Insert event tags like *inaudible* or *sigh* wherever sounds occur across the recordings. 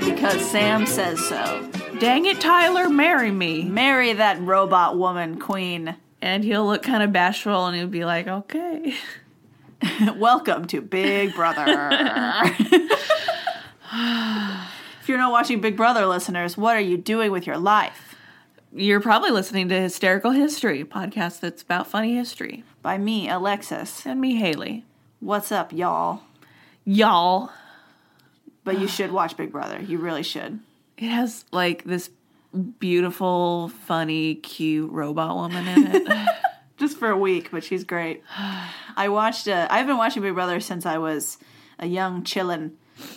because Sam says so. Dang it, Tyler, marry me. Marry that robot woman queen. And he'll look kind of bashful and he'll be like, okay. *laughs* Welcome to Big *laughs* Brother. if you're not watching Big Brother, listeners, what are you doing with your life? You're probably listening to Hysterical History, a podcast that's about funny history. By me, Alexis. And me, Haley. What's up, y'all? Y'all. But you should watch Big Brother. You really should. It has like this beautiful, funny, cute robot woman in *laughs* it. Just for a week, but she's *sighs* great. I watched. Uh, I've been watching Big Brother since I was a young chillin',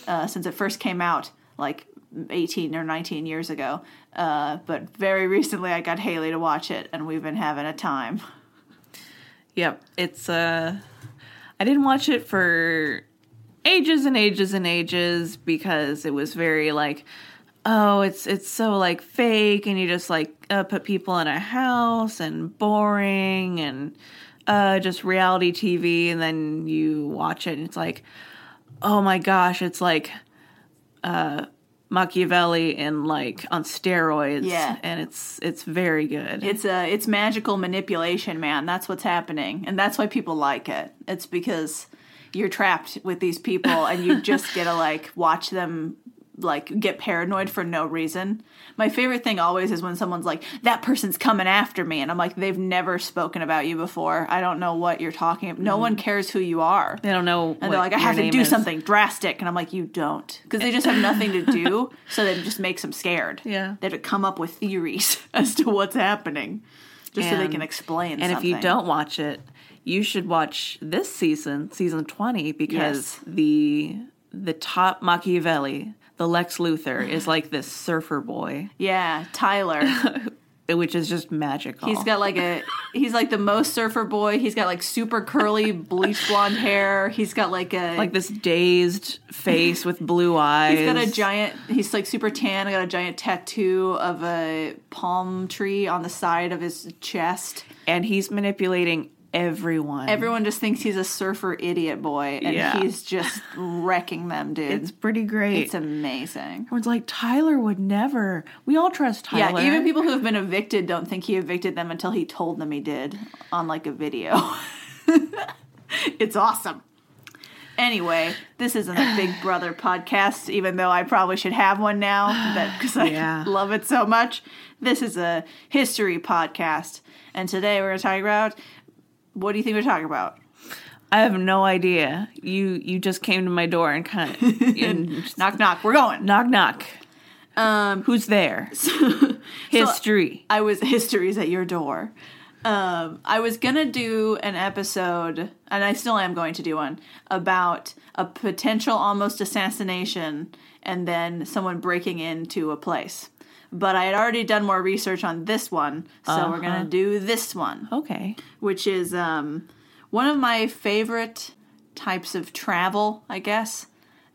uh, since it first came out, like eighteen or nineteen years ago. Uh, but very recently, I got Haley to watch it, and we've been having a time. yep, it's uh I didn't watch it for ages and ages and ages because it was very like oh, it's it's so like fake and you just like uh, put people in a house and boring and uh just reality TV and then you watch it and it's like oh my gosh, it's like uh Machiavelli and like on steroids Yeah. and it's it's very good. It's a it's magical manipulation, man. That's what's happening, and that's why people like it. It's because you're trapped with these people, and you just get to like watch them like get paranoid for no reason. My favorite thing always is when someone's like, "That person's coming after me," and I'm like, "They've never spoken about you before. I don't know what you're talking. about. No one cares who you are." They don't know. And they're like, I have to do something drastic. And I'm like, you don't. Because they just have nothing *laughs* to do. So that it just makes them scared. Yeah. They have to come up with theories *laughs* as to what's happening just so they And- can explain And if something. you don't watch it, you should watch this season, season twenty, because Yes. the the top Machiavelli, the Lex Luthor, *sighs* is like this surfer boy, Yeah, Tyler. which is just magical. He's got like *laughs* a. He's like the most surfer boy. He's got like super curly, bleach blonde hair. He's got like a. like this dazed face with blue *laughs* eyes. He's got a giant. He's like super tan. Got a giant tattoo of a palm tree on the side of his chest. and he's manipulating everyone. Everyone just thinks he's a surfer idiot boy, and Yeah. he's just wrecking them, dude. It's It's, pretty great. amazing. Everyone's like Tyler would never. We all trust Yeah, Tyler. even people who have been evicted don't think he evicted them until he told them he did on like a video. *laughs* it's awesome. Anyway, this isn't a *sighs* Big Brother podcast, even though I probably should have one now *sighs* because I Yeah. love it so much. This is a history podcast, and today we're going to talk about what do you think we're talking about? I have no idea. You you just came to my door and kind *laughs* of and Knock, knock, we're going. knock knock. Um, Who's there? History. I was *laughs* history's at your door. Um, I was gonna do an episode, and I still am going to do one about a potential almost assassination, and then someone breaking into a place. But I had already done more research on this one, so we're gonna do this one, okay. which is um, one of my favorite types of travel, I guess,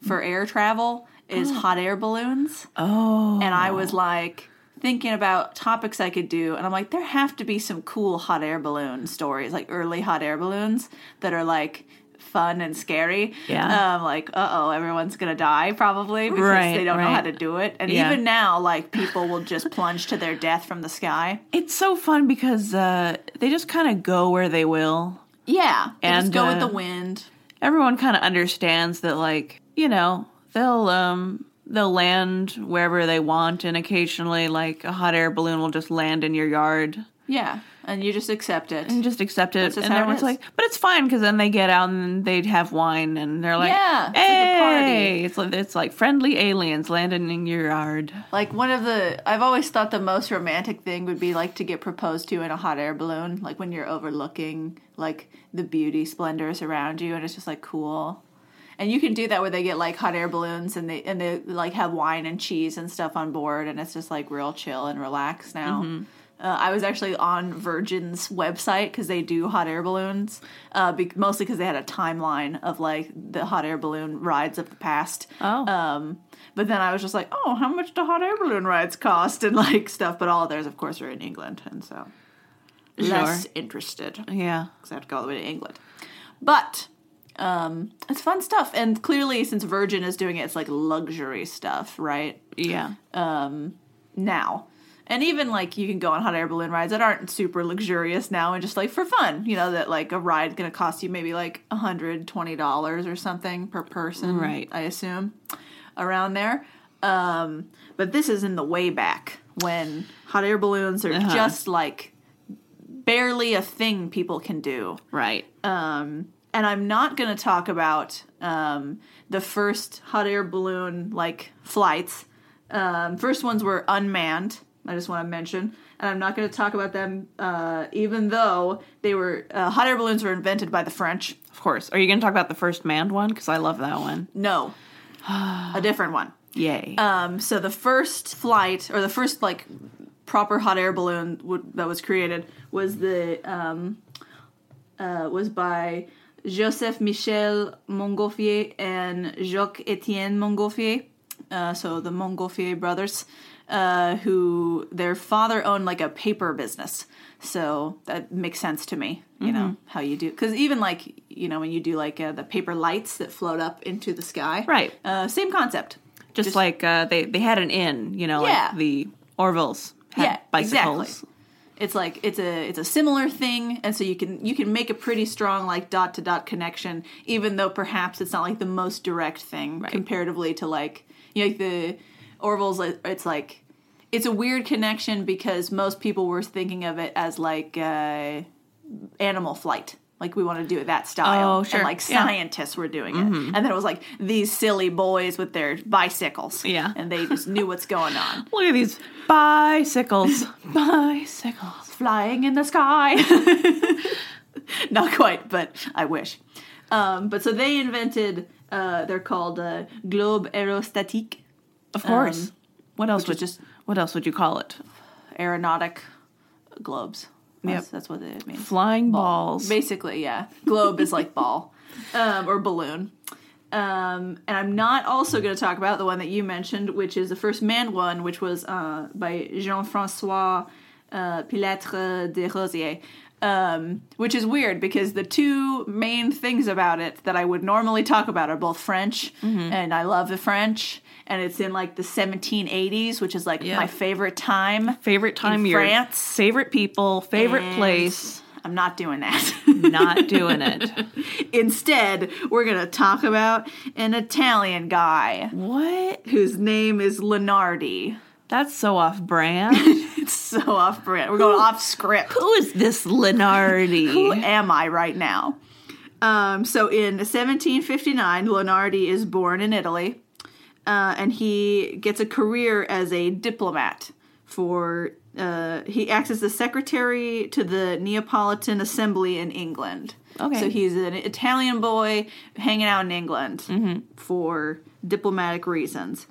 for air travel is hot air balloons Oh. and I was like thinking about topics I could do, and I'm like, there have to be some cool hot air balloon stories, like early hot air balloons that are like fun and scary. Yeah. Um, like, uh oh, everyone's gonna die probably because Right, they don't know how right. to do it. And Yeah. even now, like people will just plunge to their death from the sky. it's so fun because uh, they just kind of go where they will. Yeah. They just And, go uh, with the wind. Everyone kind of understands that, like you know, they'll um they'll land wherever they want, and occasionally, like a hot air balloon will just land in your yard. Yeah. And you just accept it. And just accept it, just and how it everyone's is. like, "But it's fine," because then they get out and they'd have wine, and they're like, Yeah, it's like a party. hey, it's like it's like friendly aliens landing in your yard." Like one of the I've always thought the most romantic thing would be like to get proposed to in a hot air balloon, like when you're overlooking like the beauty splendors around you and it's just like cool. And you can do that where they get like hot air balloons and they and they like have wine and cheese and stuff on board and it's just like real chill and relaxed now. Uh, I was actually on Virgin's website because they do hot air balloons, uh, be- mostly because they had a timeline of like the hot air balloon rides of the past. Oh. Um, but then I was just like, oh, how much do hot air balloon rides cost *laughs* and like stuff? But all of theirs, of course, are in England, and so less interested Yeah, because I have to go all the way to England. But Um, it's fun stuff, and clearly, since Virgin is doing it, it's like luxury stuff, right? Yeah. Now, and even like you can go on hot air balloon rides that aren't super luxurious now, and just like for fun, you know, that like a ride's gonna cost you maybe like hundred twenty dollars or something per person, Right. I assume, around there. Um, but this is in the way back when hot air balloons are Uh-huh. just like barely a thing people can do right. and I'm not going to talk about um, the first hot air balloon like flights. Um, first ones were unmanned. I just want to mention, and I'm not going to talk about them, uh, even though they were uh, hot air balloons were invented by the French. of course. Are you going to talk about the first manned one? Because I love that one. No, *sighs* a different one. Yay. Um, so the first flight or the first like proper hot air balloon w- that was created was the um, uh, was by Joseph Michel Montgolfier and Jacques Etienne Montgolfier. Uh, so the Montgolfier brothers, uh, who their father owned like a paper business, so that makes sense to me. You know how you do because even like you know when you do like uh, the paper lights that float up into the sky, Right. Uh, same concept. just, like uh, they they had an inn, you know, Yeah. like the Orville's had Yeah, bicycles. exactly. it's like it's a it's a similar thing and so you can you can make a pretty strong like dot to dot connection even though perhaps it's not like the most direct thing comparatively to like you know, like the orville's like, it's like it's a weird connection because most people were thinking of it as like uh, animal flight like we want to do it that style Oh, sure. and like Yeah. Mm-hmm. scientists were doing it and then it was like these silly boys with their bicycles Yeah. and they just knew what's going on Look at these *laughs* bicycles. bicycles. flying in the sky. *laughs* Not quite, but I wish. Um, but so they invented, uh, they're called uh, globe aerostatique, Of course. Um, what else would is just- just what else would you call it? aeronautic globes. That's, Yep. that's what it means. Flying balls. Basically, yeah. Globe is like ball um, or balloon. Um, and I'm not also going to talk about the one that you mentioned, which is the first manned one, which was uh, by Jean Francois uh, Pilatre de Rosier. Um, which is weird because the two main things about it that I would normally talk about are both French, Mm-hmm. and I love the French, and it's in like the 1780s, which is like Yeah. my favorite time. favorite time In year. France. Favorite people. Favorite And *laughs* place. I'm not doing that. *laughs* Not doing it. Instead, we're going to talk about an Italian guy What? whose name is Lenardi. That's so off *laughs* brand. It's so off brand. We're going off script. Who is this Lenardi? Who am I right now? Um, so in 1759, Lenardi is born in Italy, uh, and he gets a career as a diplomat. For uh, he acts as the secretary to the Neapolitan Assembly in England. Okay. so he's an Italian boy hanging out in England for diplomatic reasons.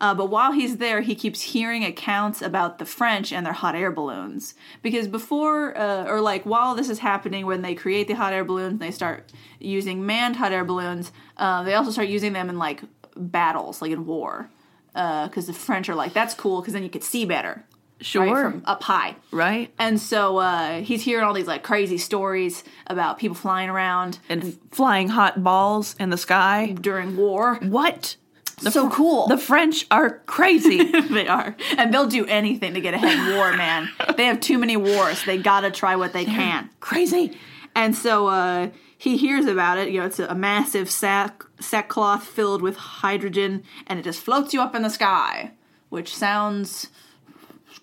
Uh, but while he's there, he keeps hearing accounts about the French and their hot air balloons. Because before, uh, or like while this is happening, when they create the hot air balloons and they start using manned hot air balloons, uh, they also start using them in like battles, like in war. Because the French are like, that's cool, because then you could see better. right, Sure. from up high. right? And so uh, he's hearing all these like crazy stories about people flying around And f- flying hot balls in the sky. during war. *laughs* What? so cool. The French are crazy. *laughs* they are. And they'll do anything to get ahead in war, man. They have too many wars. They gotta try what they can. crazy. And so uh, he hears about it. You know, it's a, a massive sack sackcloth filled with hydrogen, and it just floats you up in the sky, which sounds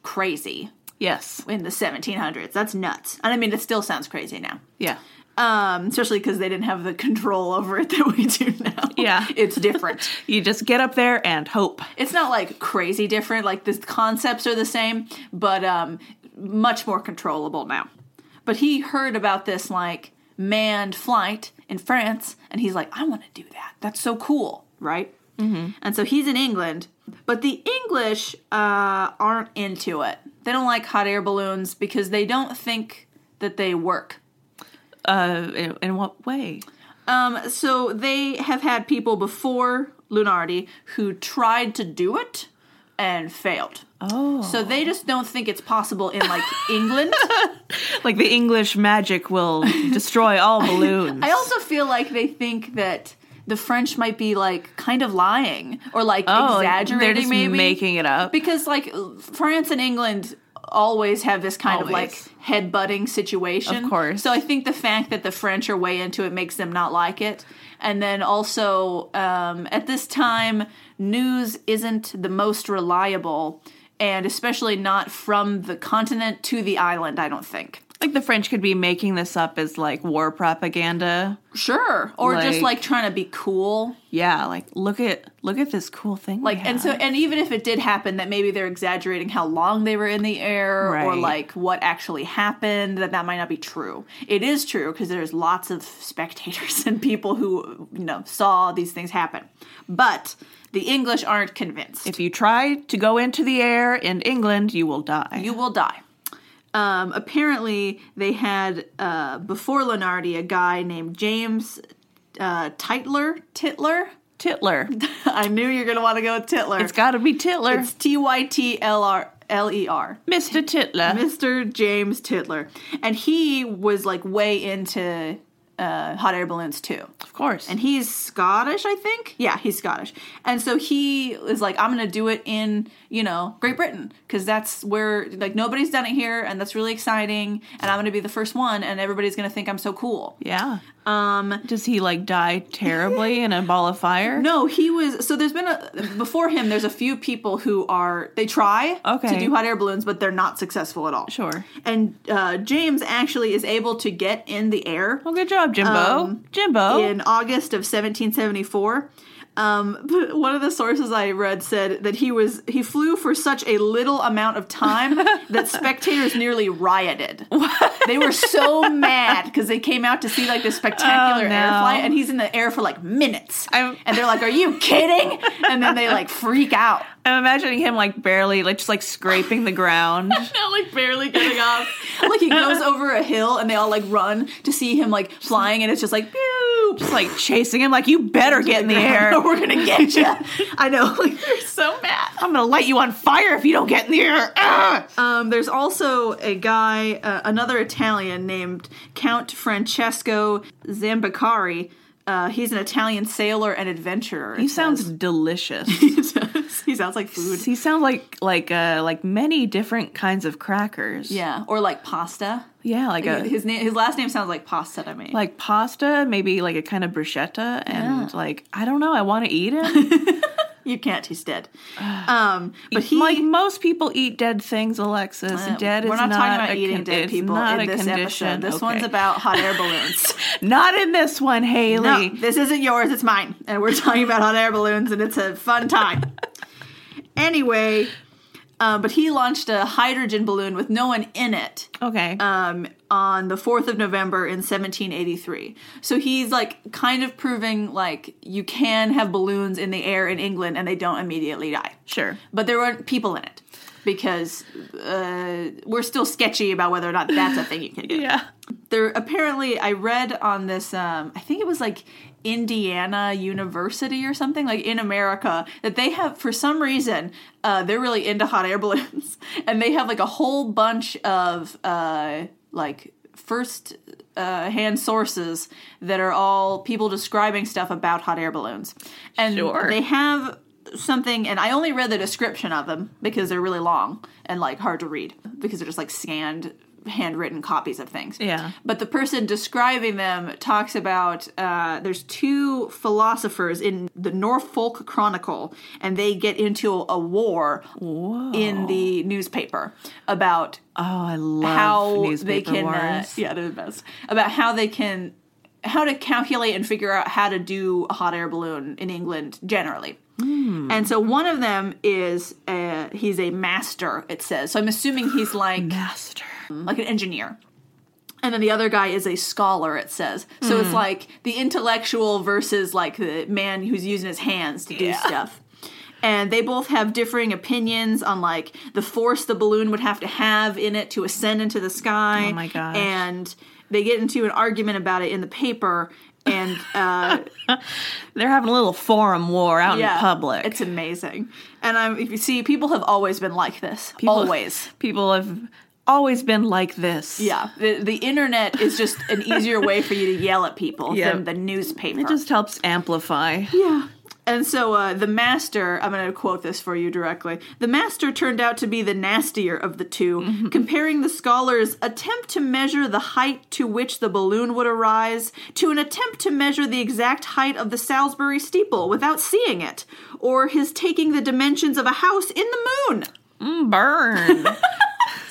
crazy Yes. in the 1700s. That's nuts. And I mean, it still sounds crazy now. Yeah. Um, especially because they didn't have the control over it *laughs* that we do now. Yeah. *laughs* it's different. You just get up there and hope. it's not like crazy different like the concepts are the same but um much more controllable now but he heard about this like manned flight in france and he's like i want to do that that's so cool right mm-hmm. and so he's in england but the english uh, aren't into it they don't like hot air balloons because they don't think that they work Uh, in, in what way? um, so they have had people before Lunardi who tried to do it and failed. Oh. So they just don't think it's possible in like England. like the English magic *laughs* will destroy all balloons. I also feel like they think that the French might be like kind of lying or like Oh, exaggerating, they're just maybe making it up. because like France and England always have this kind of Always. like headbutting situation. Of course. So I think the fact that the French are way into it makes them not like it. And then also um, at this time, news isn't the most reliable. And especially not from the continent to the island, I don't think. like the French could be making this up as like war propaganda. Sure. Or just Like- like trying to be cool. Yeah, like look at look at this cool thing. like we and have. so and even if it did happen that maybe they're exaggerating how long they were in the air or Right. like what actually happened that that might not be true it is true because there's lots of spectators *laughs* and people who you know saw these things happen but the english aren't convinced if you try to go into the air in England, you will die. you will die um, apparently they had uh, before lenardi a guy named james uh, titler titler *laughs* Titler. i knew you're going to want to go with titler It's got to be Titler. It's T Y T L R L E R. Mr. Titler. Mr. James Titler. And he was like way into uh, hot air balloons too. Of course. And he's Scottish, I think. Yeah, he's Scottish. And so he is like, I'm going to do it in, you know, Great Britain because that's where, like, nobody's done it here and that's really exciting. And I'm going to be the first one and everybody's going to think I'm so cool. yeah. Um, Does he like die terribly in a ball of fire? No, he was. So there's been a before him. There's a few people who are they try to Okay. do hot air balloons, but they're not successful at all. Sure. And uh, James actually is able to get in the air Well, good job, Jimbo. Um, Jimbo. in August of 1774. Um, *laughs* but one of the sources I read said that he was he flew for such a little amount of *laughs* time that spectators nearly rioted. They were so mad because they came out to see like this spectacular Oh, no. air flight, and he's in the air for like minutes, I'm- and they're like, "Are you kidding?" And then they like freak *laughs* out. I'm imagining him like barely, like just like scraping *laughs* the ground. not like barely getting up. like he goes over a hill, and they all like run to see him like flying, and it's just like, "Pew!" Just like chasing him, like, you better get *laughs* in the air. We're gonna *laughs* get you. I know. Like they're so mad. I'm gonna light you on fire if you don't get in the air. Ah! Um, there's also a guy, uh, another Italian named Count Francesco Zambacari. Uh, he's an Italian sailor and adventurer. He sounds delicious. *laughs* he sounds, he sounds like food. he sounds like like uh like many different kinds of crackers. Yeah, or like pasta. Yeah, like *laughs* a His name, his last name sounds like pasta to me. like pasta, maybe like a kind of bruschetta, and like I don't know, I want to eat him. you can't. He's *sighs* dead. Um, but he like most people eat dead things, Alexis. Uh, dead we're is not, talking about a eating con- dead it's people not in a this condition. episode. This Okay. one's about hot air *laughs* balloons. not in this one, No, Haley. this isn't yours, it's mine. And we're talking about hot air balloons, and it's a fun time. anyway, uh, but he launched a hydrogen balloon with no one in it Okay. um, on the 4th of November in 1783. So he's like kind of proving like you can have balloons in the air in England and they don't immediately die. sure. But there weren't people in it because uh, we're still sketchy about whether or not that's a thing you can do *laughs* Yeah. there apparently I read on this um I think it was like Indiana University or something like in America that they have for some reason uh they're really into hot air *laughs* balloons and they have like a whole bunch of uh like first uh, hand sources that are all people describing stuff about hot air balloons and Sure. they have something and i only read the description of them because they're really long and like hard to read because they're just like scanned handwritten copies of things Yeah. but the person describing them talks about uh, there's two philosophers in the Norfolk Chronicle, and they get into a war in the newspaper about Oh, I love how newspaper they can, uh, wars. yeah, they're the best about how they can how to calculate and figure out how to do a hot air balloon in England generally. Hmm. And so one of them is uh he's a master. It says so. I'm assuming he's like *laughs* Master. like an engineer. And then the other guy is a scholar, it says. So Mm-hmm. it's like the intellectual versus like the man who's using his hands to do stuff. And they both have differing opinions on like the force the balloon would have to have in it to ascend into the sky. Oh my gosh. And they get into an argument about it in the paper. *sighs* and uh, They're having a little forum war out yeah, in public. It's amazing. And I'm if you see, people have always been like this. People- always. People have always been like this. Yeah, the, the internet is just *laughs* an easier way for you to yell at people Yeah. than the newspaper. It just helps amplify. yeah. And so uh, the master, I'm going to quote this for you directly. The master turned out to be the nastier of the 2 Mm-hmm. comparing the scholar's attempt to measure the height to which the balloon would arise to an attempt to measure the exact height of the Salisbury steeple without seeing it, or his taking the dimensions of a house in the moon. Mm, burn.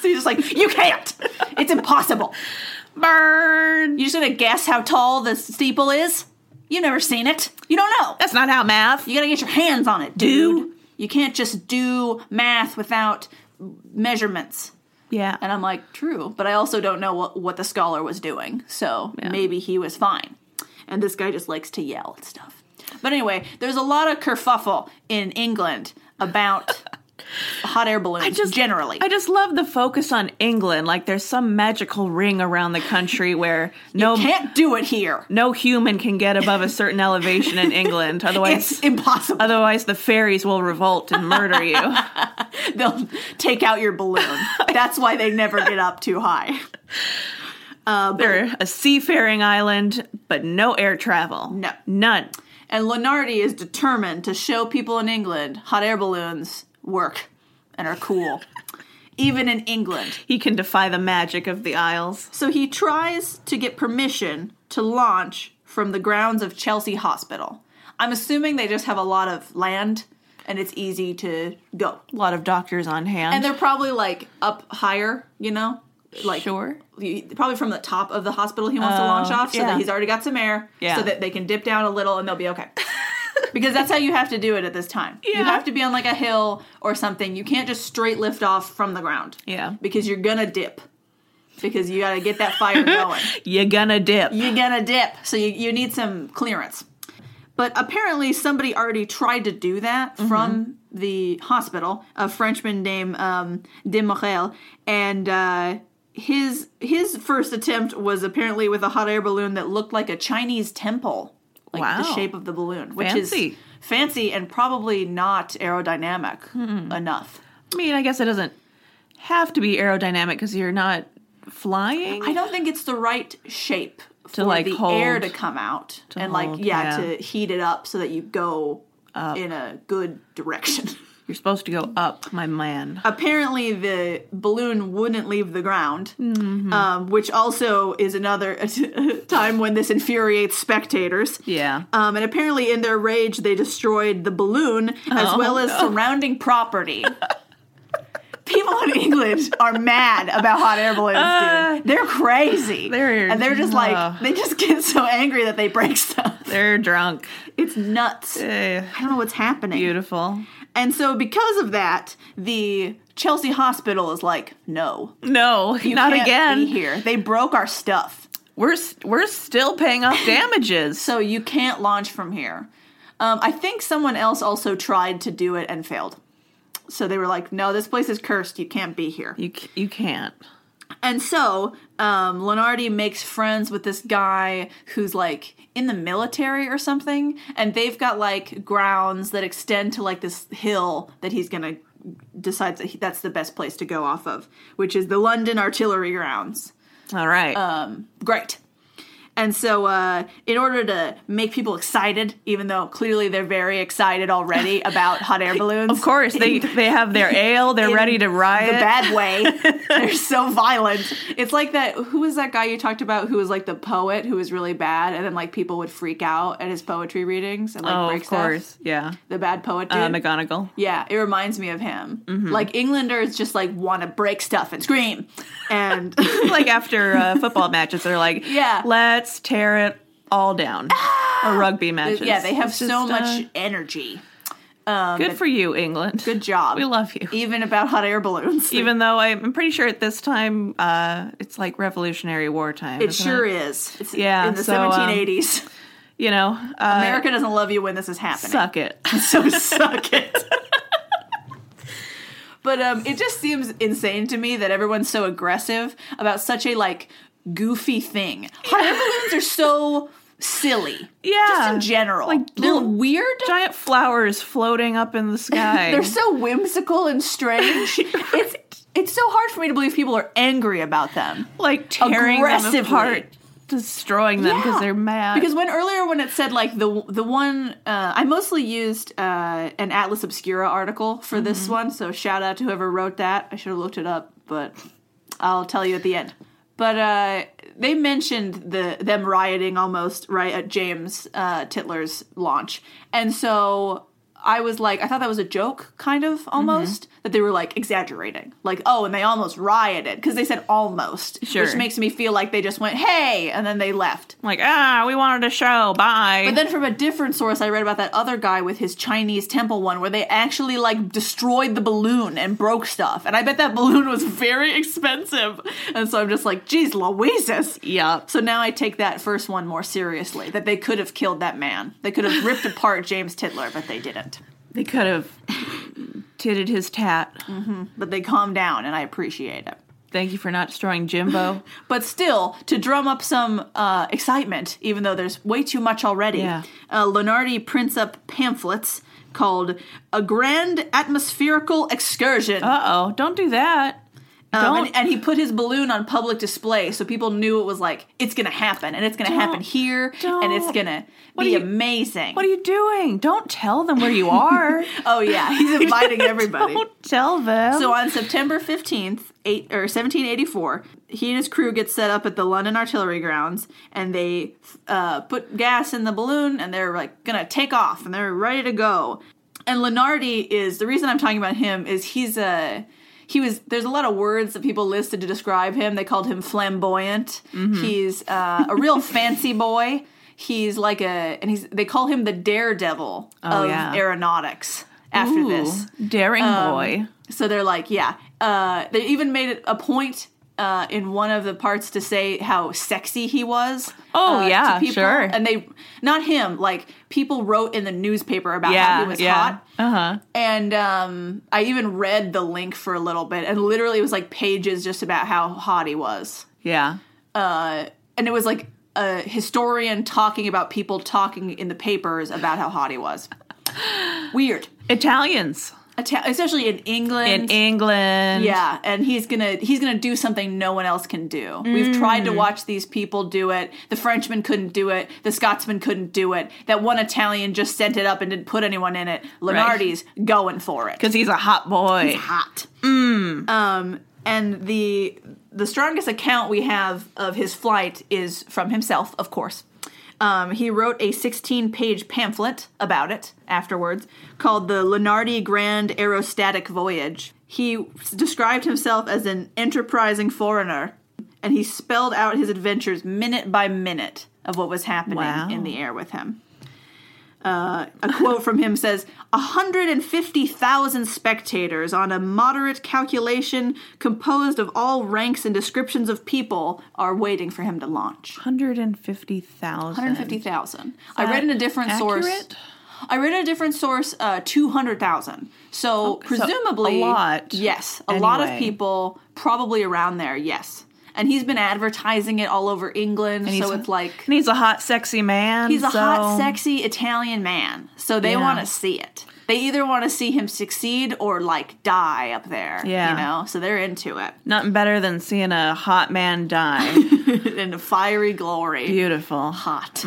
So he's just like, you can't! It's impossible! *laughs* burn. You're just gonna guess how tall the steeple is? You've never seen it. You don't know. That's not how math. You gotta get your hands on it, dude. You can't just do math without measurements. Yeah. And I'm like, true. But I also don't know what, what the scholar was doing. So maybe he was fine. And this guy just likes to yell at stuff. But anyway, there's a lot of kerfuffle in England *laughs* about hot air balloons just- generally. I just love the focus on England. Like there's some magical ring around the country *laughs* where no can't do it here. no human can get above a certain elevation *laughs* in England. Otherwise, It's impossible. otherwise the fairies will revolt and *laughs* murder you. they'll take out your balloon. That's why they never get up too high. They're a seafaring island, but no air travel. No. none. And Lenardi is determined to show people in England hot air balloons work and are cool, even in England. He can defy the magic of the Isles. So he tries to get permission to launch from the grounds of Chelsea Hospital. I'm assuming they just have a lot of land and it's easy to go. A lot of doctors on hand. And they're probably like up higher, you know? Like sure. Oh, he- probably from the top of the hospital he wants to launch off so yeah. that he's already got some air Yeah. so that they can dip down a little and they'll be *laughs* okay because that's how you have to do it at this time Yeah. you have to be on like a hill or something you can't just straight lift off from the ground Yeah. because you're gonna dip because you gotta get that *laughs* fire going You're *laughs* gonna dip. you're gonna dip so you, you need some clearance but apparently somebody already tried to do that Mm-hmm. from the hospital a frenchman named um, Demorel, and uh, his his first attempt was apparently with a hot air balloon that looked like a chinese temple like the Wow. shape of the balloon which is Fancy. fancy and probably not aerodynamic Hmm. enough I mean, I guess it doesn't have to be aerodynamic because you're not flying. I don't think it's the right shape for like, the hold- air to come out and like hold, yeah, yeah. Uh, to heat it up so that you go in a good direction. You're supposed to go up, my man. Apparently, the balloon wouldn't leave the ground, Mm-hmm. um, which also is another *laughs* time when this infuriates spectators. Yeah. Um, and apparently, in their rage, they destroyed the balloon as Oh, well as surrounding *laughs* property. People in England are mad about hot air balloons, dude. They're crazy. Uh, they're- and they're just uh. like, they just get so angry that they break stuff. They're drunk. It's nuts. I Eh, don't know what's happening. beautiful. And so, because of that, the Chelsea hospital is like, no, No, not can't again. Be here, they broke our stuff. We're s- we're still *laughs* paying off damages. So you can't launch from here. Um, I think someone else also tried to do it and failed. So they were like, no, this place is cursed. You can't be here. you c- you can't. And so um, Lenardi makes friends with this guy who's like in the military or something. And they've got like grounds that extend to like this hill that he's going to decide that he, that's the best place to go off of, which is the London Artillery Grounds All right. Uh, great. And so, uh, in order to make people excited, even though clearly they're very excited *laughs* already about hot air balloons, of course, *laughs* they they have their ale. They're ready to riot. the bad way, *laughs* they're so violent. It's like that. Who was that guy you talked about who was like the poet who was really bad, and then like people would freak out at his poetry readings and like oh, break of course. stuff. Yeah. The bad poet dude. Uh, McGonagall. *laughs* *laughs* Yeah, it reminds me of him. Mm-hmm. Like Englanders just like want to break stuff and scream, *laughs* and like after uh, football matches, they're like, Yeah. Ah! let's tear it all down." or rugby matches. yeah, they have It's so just, much energy. uh, good for you, England. Good job. *laughs* We love you. even about hot air balloons. Even though I'm pretty sure at this time, uh, it's like Revolutionary War time. it isn't *laughs* sure is. It's Yeah, in the so, um, 1780s. You know, uh, America doesn't love you when this is happening. suck it. *laughs* *laughs* So suck it. but um, it just seems insane to me that everyone's so aggressive about such a like goofy thing. Hot air balloons are so silly. Yeah. Just in general. Like they're little weird. Giant flowers floating *laughs* up in the sky. They're so whimsical and strange. It's it's so hard for me to believe people are angry about them. like tearing them Aggressively. apart, destroying them because Yeah. they're mad. Because when earlier when it said like the the one uh, I mostly used uh, an Atlas Obscura article for this Mm-hmm. one, so shout out to whoever wrote that. I should have looked it up, but I'll tell you at the end. But uh, they mentioned the them rioting almost right at James uh, Titler's launch, and so I was like, I thought that was a joke, kind of Mm-hmm. almost that they were like exaggerating, like oh, and they almost rioted because they said almost, Sure. which makes me feel like they just went hey, and then they left. like ah, we wanted a show. Bye. But then from a different source, I read about that other guy with his Chinese temple one where they actually like destroyed the balloon and broke stuff. And I bet that balloon was very expensive. And so I'm just like, geez, Louises. yeah. So now I take that first one more seriously that they could have killed that man. They could have ripped apart James Titler, but they didn't. They could have titted his tat. But they calmed down, and I appreciate it. Thank you for not *laughs* destroying Jimbo. But still, to drum up some uh, excitement, even though there's way too much already, Yeah. uh, Lenardi prints up pamphlets called A Grand Atmospherical Excursion. uh oh, don't do that. Um, don't and, and he put his balloon on public display so people knew it was like, it's going to happen, and it's going to happen Don't- here, and it's don't. going to What be are you- amazing. What are you doing? Don't tell them where *laughs* you are. oh, yeah, *laughs* he's inviting everybody. Don't tell them. So on September 15th, eight, or 1784, he and his crew get set up at the London Artillery Grounds and they uh, put gas in the balloon and they're like gonna take off and they're ready to go. And Lenardi is the reason I'm talking about him is he's a he was there's a lot of words that people listed to describe him. They called him flamboyant. Mm-hmm. He's uh, a *laughs* real fancy boy. He's like a and he's they call him the daredevil Oh, of yeah. aeronautics after Ooh, this. daring Um, boy. So they're like, yeah. Uh, they even made it a point uh, in one of the parts to say how sexy he was. Oh, uh, yeah, people. sure. And they, not him, like people wrote in the newspaper about how Yeah, he was yeah. hot. Uh huh. And um, I even read the link for a little bit, and literally it was like pages just about how hot he was. Yeah. Uh, and it was like a historian talking about people talking in the papers about how hot he was. Weird. Italians Ita- especially in in England. England. Yeah, and he's gonna he's gonna do something no one else can do. We've tried to watch these people do it. The Frenchman couldn't do it. The Scotsman couldn't do it. That one Italian just sent it up and didn't put anyone in it. Lenardi's going for it. Because he's a hot boy. Hot. Um, and the the strongest account we have of his flight is from himself, of course. Um, he wrote a 16 page pamphlet about it afterwards called The Lenardi Grand Aerostatic Voyage. He s- described himself as an enterprising foreigner and he spelled out his adventures minute by minute of what was happening Wow. in the air with him. Uh, a quote from him says 150,000 spectators on a moderate calculation composed of all ranks and descriptions of people are waiting for him to launch. 150,000. 150,000. I read in a different source. accurate? I read in a different source uh, 200,000. So presumably. a lot. Yes. A lot of Anyway. people probably around there, yes. And he's been advertising it all over England. And So he's- it's like. And he's a hot, sexy man. He's a hot, so- sexy Italian man. So they Yeah. want to see it. They either want to see him succeed or like die up there. Yeah. You know? So they're into it. *laughs* Nothing better than seeing a hot man die. *laughs* in fiery glory. Beautiful. hot.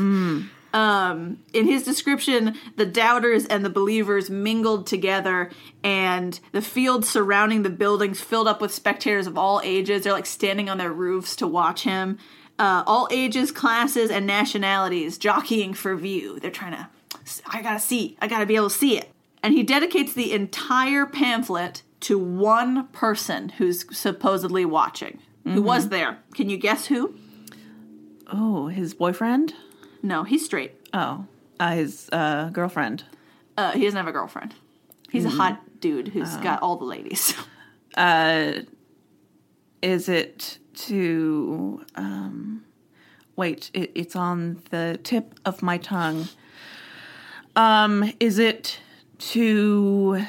Um, in his description, the doubters and the believers mingled together, and the field surrounding the buildings filled up with spectators of all ages. They're like standing on their roofs to watch him. Uh, all ages, classes, and nationalities jockeying for view. They're trying to, I gotta see, I gotta be able to see it. And he dedicates the entire pamphlet to one person who's supposedly watching, who was there. Can you guess who? Oh, his boyfriend? No, he's straight. Oh, uh, his uh, girlfriend. Uh, he doesn't have a girlfriend. He's a hot dude who's Uh-huh. got all the ladies. *laughs* Is it to. Um, wait, it, it's on the tip of my tongue. Um, is it to.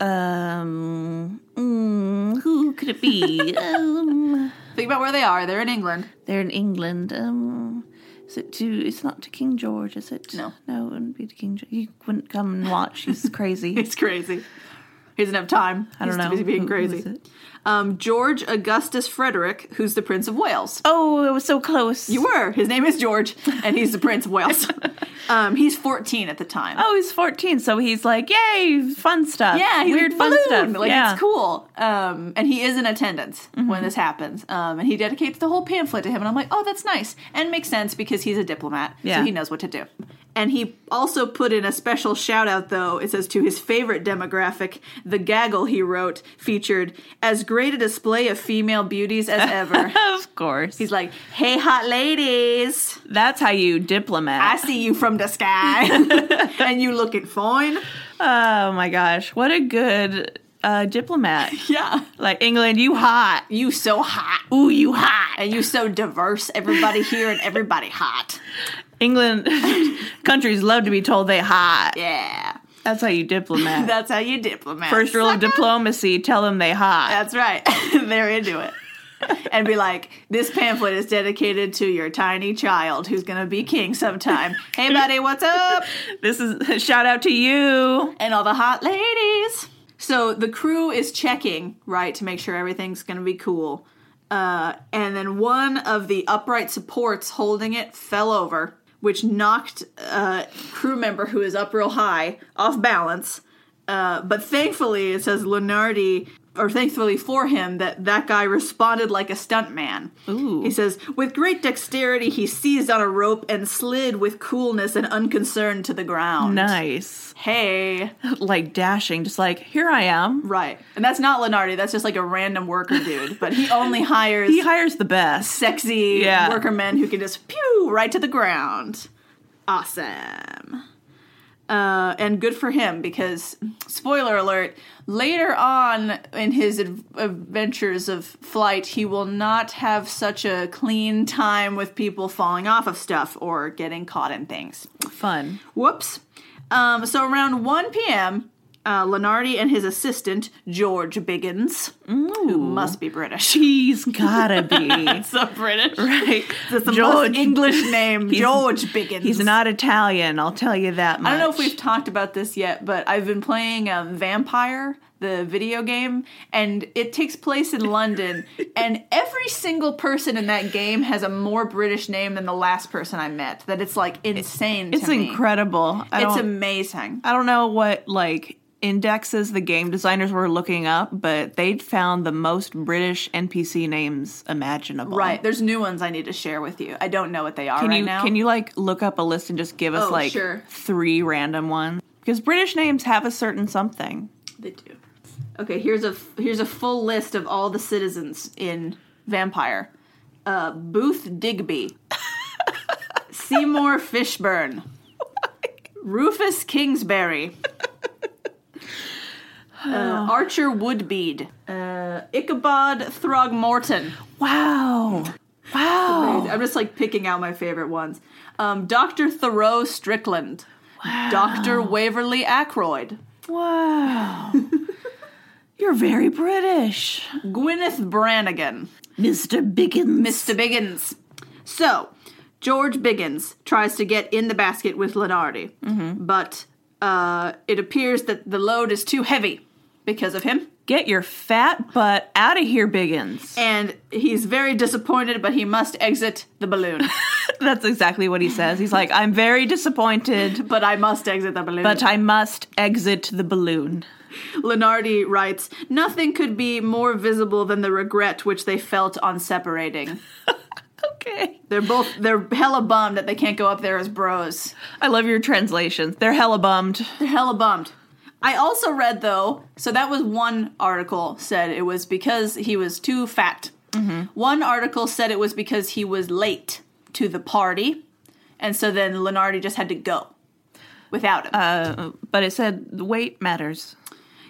Um, mm, who could *laughs* it be? um, Think about where they are. They're in England. *laughs* they're in England. Um, Is it to? It's not to King George, is it? No. no, it wouldn't be to King George. You wouldn't come and watch. He's crazy. *laughs* He's crazy. He doesn't have time. I don't He's know. Busy being Who- who crazy. is it? Um, George Augustus Frederick, who's the Prince of Wales. Oh, it was so close. You were. His name is George, and he's the Prince of Wales. *laughs* um, he's 14 at the time. Oh, he's 14, so he's like, yay, fun stuff. *laughs* Yeah, he's weird like, fun "Balloon!" stuff. Like yeah. Mm-hmm. it's cool. Um, and he is in attendance when this happens. Um, and he dedicates the whole pamphlet to him, and I'm like, oh, that's nice and makes sense because he's a diplomat, Yeah. so he knows what to do. And he also put in a special shout out, though it says to his favorite demographic, the gaggle he wrote featured as great a display of female beauties *laughs* as ever. *laughs* of course. He's like, hey, hot ladies. That's how you I diplomat. see you from the sky, *laughs* and you looking fine. oh my gosh, what a good uh, *laughs* diplomat. Yeah, like, England, you hot. you so hot, Ooh, you hot. and you so diverse. Everybody here and everybody hot. England, *laughs* countries love to be told they hot. Yeah, That's how you diplomat. that's how you diplomat. First rule of sucker. diplomacy, tell them they hot. That's right. *laughs* They're into it. And be like, this pamphlet is dedicated to your tiny child who's gonna be king sometime. Hey, buddy, what's up? This is *laughs* shout out to you. and all the hot ladies. So the crew is checking, right, to make sure everything's going to be cool. Uh, and then one of the upright supports holding it fell over, which knocked a crew member who is up real high off balance. Uh, but thankfully, it says Lenardi, or thankfully for him, that that guy responded like a stuntman. Ooh. He says, with great dexterity, he seized on a rope and slid with coolness and unconcern to the ground. Nice. Hey. Like dashing, just like, here I am. Right. And that's not Lenardi. That's just like a random worker dude. But he only hires He hires the best. sexy Yeah. worker men who can just pew right to the ground. Awesome. Uh, and good for him because, spoiler alert, later on in his ad- adventures of flight, he will not have such a clean time with people falling off of stuff or getting caught in things. Fun. Whoops. Um, so around 1 p.m., uh, Lenardi and his assistant, George Biggins, who must be British. He's gotta *laughs* be. so British. right. That's the George. most *laughs* English name, George Biggins. He's not Italian, I'll tell you that much. I don't know if we've talked about this yet, but I've been playing um, Vampire, the video game, and it takes place in *laughs* London. and every single person in that game has a more British name than the last person I met. That it's like insane. It's to me. incredible. I It's don't, amazing. I don't know what like indexes the game designers were looking up, but they'd found the most British NPC names imaginable. Right. There's new ones I need to share with you. I don't know what they are Can right you now. can you like look up a list and just give us Oh, like sure. three random ones? Because British names have a certain something. They do. Okay. Here's a here's a full list of all the citizens in Vampire. Uh, Booth *laughs* Digby, Seymour Fishburne, Oh Rufus *sighs* Kingsbury, uh, Archer Woodbead, uh, Ichabod Throgmorton. Wow. Wow. I'm just like picking out my favorite ones. Um, Dr. Thoreau Strickland. Dr. Waverly Ackroyd. *laughs* Wow. You're very British. Gwyneth Branigan. Mr. Biggins. Mr. Biggins. So, George Biggins tries to get in the basket with Lenardi, but uh, it appears that the load is too heavy because of him. Get your fat butt out of here, Biggins. And he's very disappointed, but he must exit the balloon. That's exactly what he says. He's like, I'm very disappointed, but I must exit the balloon. but I must exit the balloon. Lenardi writes, Nothing could be more visible than the regret which they felt on separating. Okay. They're both, they're hella bummed that they can't go up there as bros. I love your translations. They're hella bummed. They're hella bummed. I also read, though, so that was one article said it was because he was too fat. One article said it was because he was late to the party, and so then Lenardi just had to go without him. Uh, but it said the weight matters.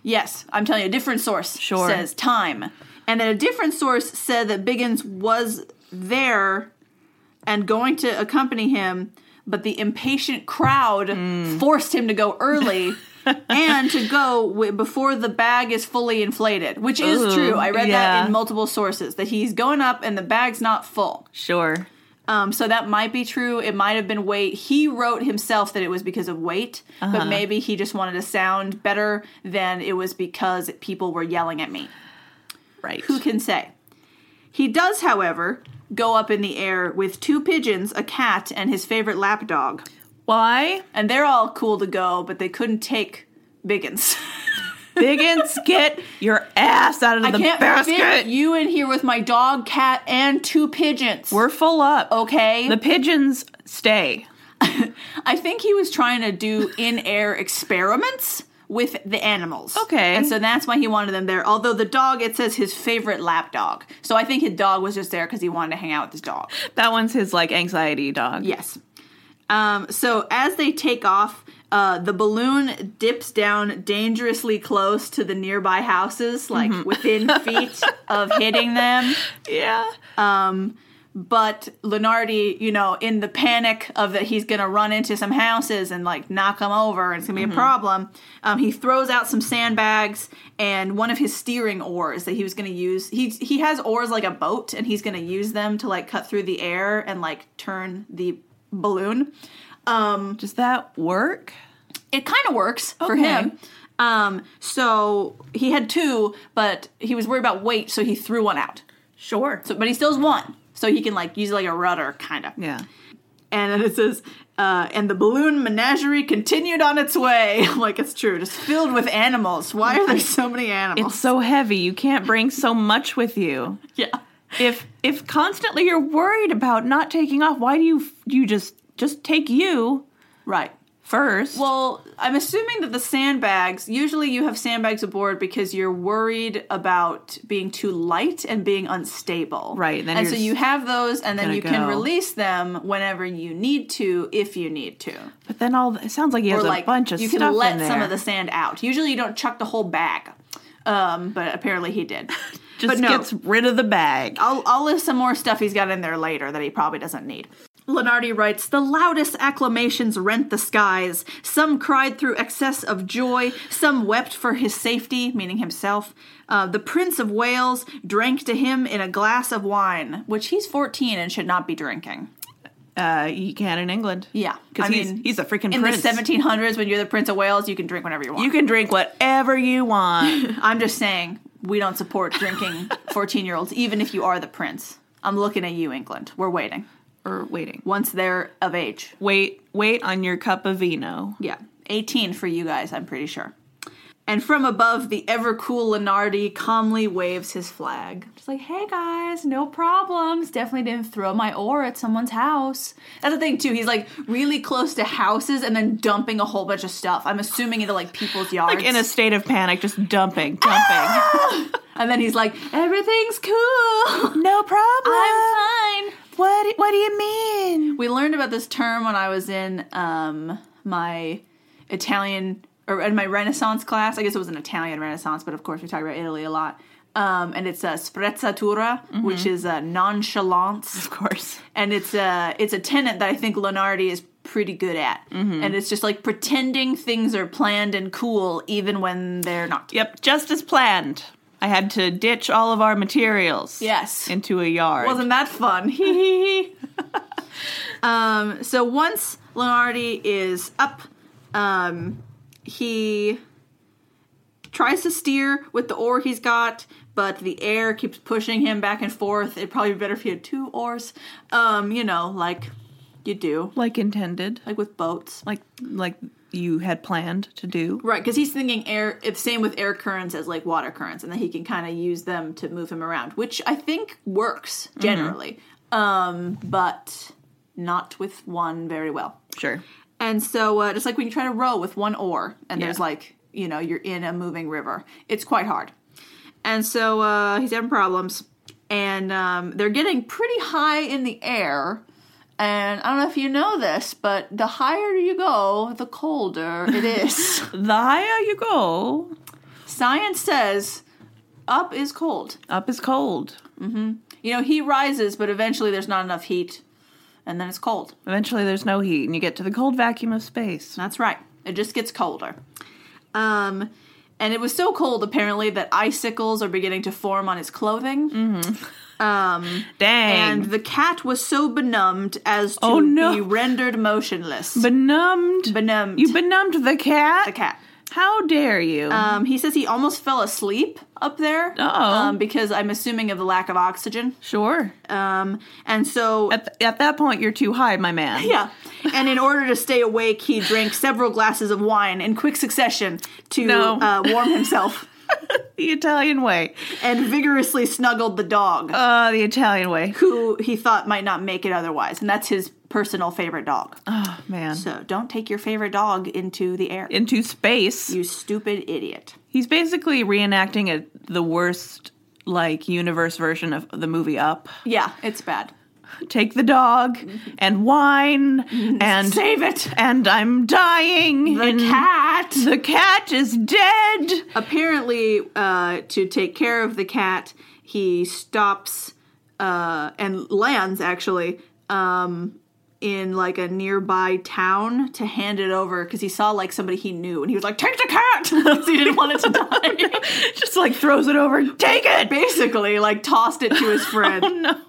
Yes, I'm telling you, a different source Sure. says time. And then a different source said that Biggins was there and going to accompany him, but the impatient crowd Hmm. forced him to go *laughs* early and to go w- before the bag is fully inflated, which is Ooh, true. I read yeah. that in multiple sources that he's going up and the bag's not full. Sure. Um, so that might be true. It might have been weight. He wrote himself that it was because of weight, Uh-huh. but maybe he just wanted to sound better than it was because people were yelling at me. Right. Who can say? He does, however, go up in the air with two pigeons, a cat, and his favorite lap dog. Why? And they're all cool to go, but they couldn't take Biggins. Biggins, get your ass out *laughs* of I the can't fit basket. you in here with my dog, cat, and two pigeons. We're full up. okay. The pigeons stay. *laughs* I think he was trying to do in air experiments with the animals. Okay. And so that's why he wanted them there. Although the dog, it says his favorite lap dog. So I think his dog was just there because he wanted to hang out with his dog. That one's his like anxiety dog. Yes. Um, so as they take off, uh, the balloon dips down dangerously close to the nearby houses, like within feet of hitting them. Yeah. But Lenardi, you know, in the panic of that he's going to run into some houses and like knock them over and it's Mm-hmm. going to be a problem, um, he throws out some sandbags and one of his steering oars that he was going to use. He, he has oars like a boat and he's going to use them to like cut through the air and like turn the balloon. Um, Does that work? it kind of works for Okay. him. Um, so he had two, but he was worried about weight, so he threw one out. Sure. So, but he still has one, so he can like use it like a rudder, kind of. Yeah. And then it says, uh, and the balloon menagerie continued on its way. *laughs* I'm like, it's true, just filled with animals. Why are there so many animals? It's so heavy. You can't bring so much with you. yeah. If if constantly you're worried about not taking off, why do you f- you just just take you *laughs* Right. first? Well, I'm assuming that the sandbags, usually you have sandbags aboard because you're worried about being too light and being unstable. Right, then and you're so s- you have those and then gonna you can go. release them whenever you need to, if you need to. but then all it sounds like he has Or a like bunch of you stuff can let in there. some of the sand out. Usually you don't chuck the whole bag. Um, but apparently he did. *laughs* just but no. gets rid of the bag. I'll, I'll list some more stuff he's got in there later that he probably doesn't need. Lenardi writes, The loudest acclamations rent the skies. Some cried through excess of joy, some wept for his safety, meaning himself. Uh, the Prince of Wales drank to him in a glass of wine, which he's 14 and should not be drinking. Uh, you can in England. Yeah. I because he's mean, he's a freaking in prince. the 1700s, when you're the Prince of Wales, you can drink whenever you want. you can drink whatever *laughs* you want. I'm just saying, we don't support *laughs* drinking 14 year olds, even if you are the Prince. I'm looking at you, England. We're waiting. or waiting. Once they're of age. Wait, wait on your cup of vino. Yeah, 18 for you guys, I'm pretty sure. And from above, the ever cool Lenardi calmly waves his flag. Just like, hey guys, no problems. Definitely didn't throw my oar at someone's house. That's the thing, too. He's like really close to houses and then dumping a whole bunch of stuff. I'm assuming into like people's yards. Like in a state of panic, just dumping, dumping. Ah! *laughs* and then he's like, everything's *laughs* cool. No problem. I'm fine. What What do you mean? we learned about this term when I was in um, my Italian or in my Renaissance class. I guess it was an Italian Renaissance, but of course we talk about Italy a lot. Um, and it's a sprezzatura, which is a nonchalance, Of course. and it's a it's a tenant that I think Lenardi is pretty good at. And it's just like pretending things are planned and cool even when they're not. Yep, just as planned. I had to ditch all of our materials. Yes. Into a yard. Wasn't that fun? *laughs* Hee hee hee. um, so once Lenardi is up, um, he tries to steer with the oar he's got, but the air keeps pushing him back and forth. It'd probably be better if he had two oars, um, you know, like you do, like intended. like with boats. Like like you had planned to do. Right, because he's thinking air. If same with air currents as like water currents, and then he can kind of use them to move him around, which I think works generally, um, but not with one very well. Sure. And so, uh, just like when you try to row with one oar, and there's Yeah. like you know you're in a moving river, it's quite hard. And so uh, he's having problems, and um, they're getting pretty high in the air. And I don't know if you know this, but the higher you go, the colder it is. The higher you go, Science says up is cold. up is cold. You know, heat rises, but eventually there's not enough heat, and then it's cold. Eventually there's no heat and you get to the cold vacuum of space. That's right. It just gets colder. Um, Mm-hmm. and it was so cold, apparently, that icicles are beginning to form on his clothing. Um, Dang. and the cat was so benumbed as to Oh, no. be rendered motionless. benumbed. benumbed. You benumbed the cat? the cat. How dare you? Um, he says he almost fell asleep up there. Uh-oh. Um, because I'm assuming of the lack of oxygen. sure. Um, and so. At, th- at that point, you're too high, my *laughs* man. yeah. And in order to stay awake, he drank several glasses of wine in quick succession to No. uh, warm himself The Italian way. and vigorously snuggled the dog, Uh, the Italian way. *sighs* who he thought might not make it otherwise. And that's his personal favorite dog. Oh, man. So don't take your favorite dog into the air. Into space. You stupid idiot. He's basically reenacting a, the worst, like, universe version of the movie Up. Yeah, it's bad. Take *laughs* the dog and wine and. Save it. And I'm dying. The and cat. The cat is *laughs* dead. Apparently, uh, to take care of the cat, he stops uh, and lands actually um, in like a nearby town to hand it over because he saw like somebody he knew and he was like, "Take the cat!" *laughs* 'Cause he didn't want it to die. *laughs* Just like throws it over. Take it. Basically, like tossed it to his Oh, friend. *laughs* no.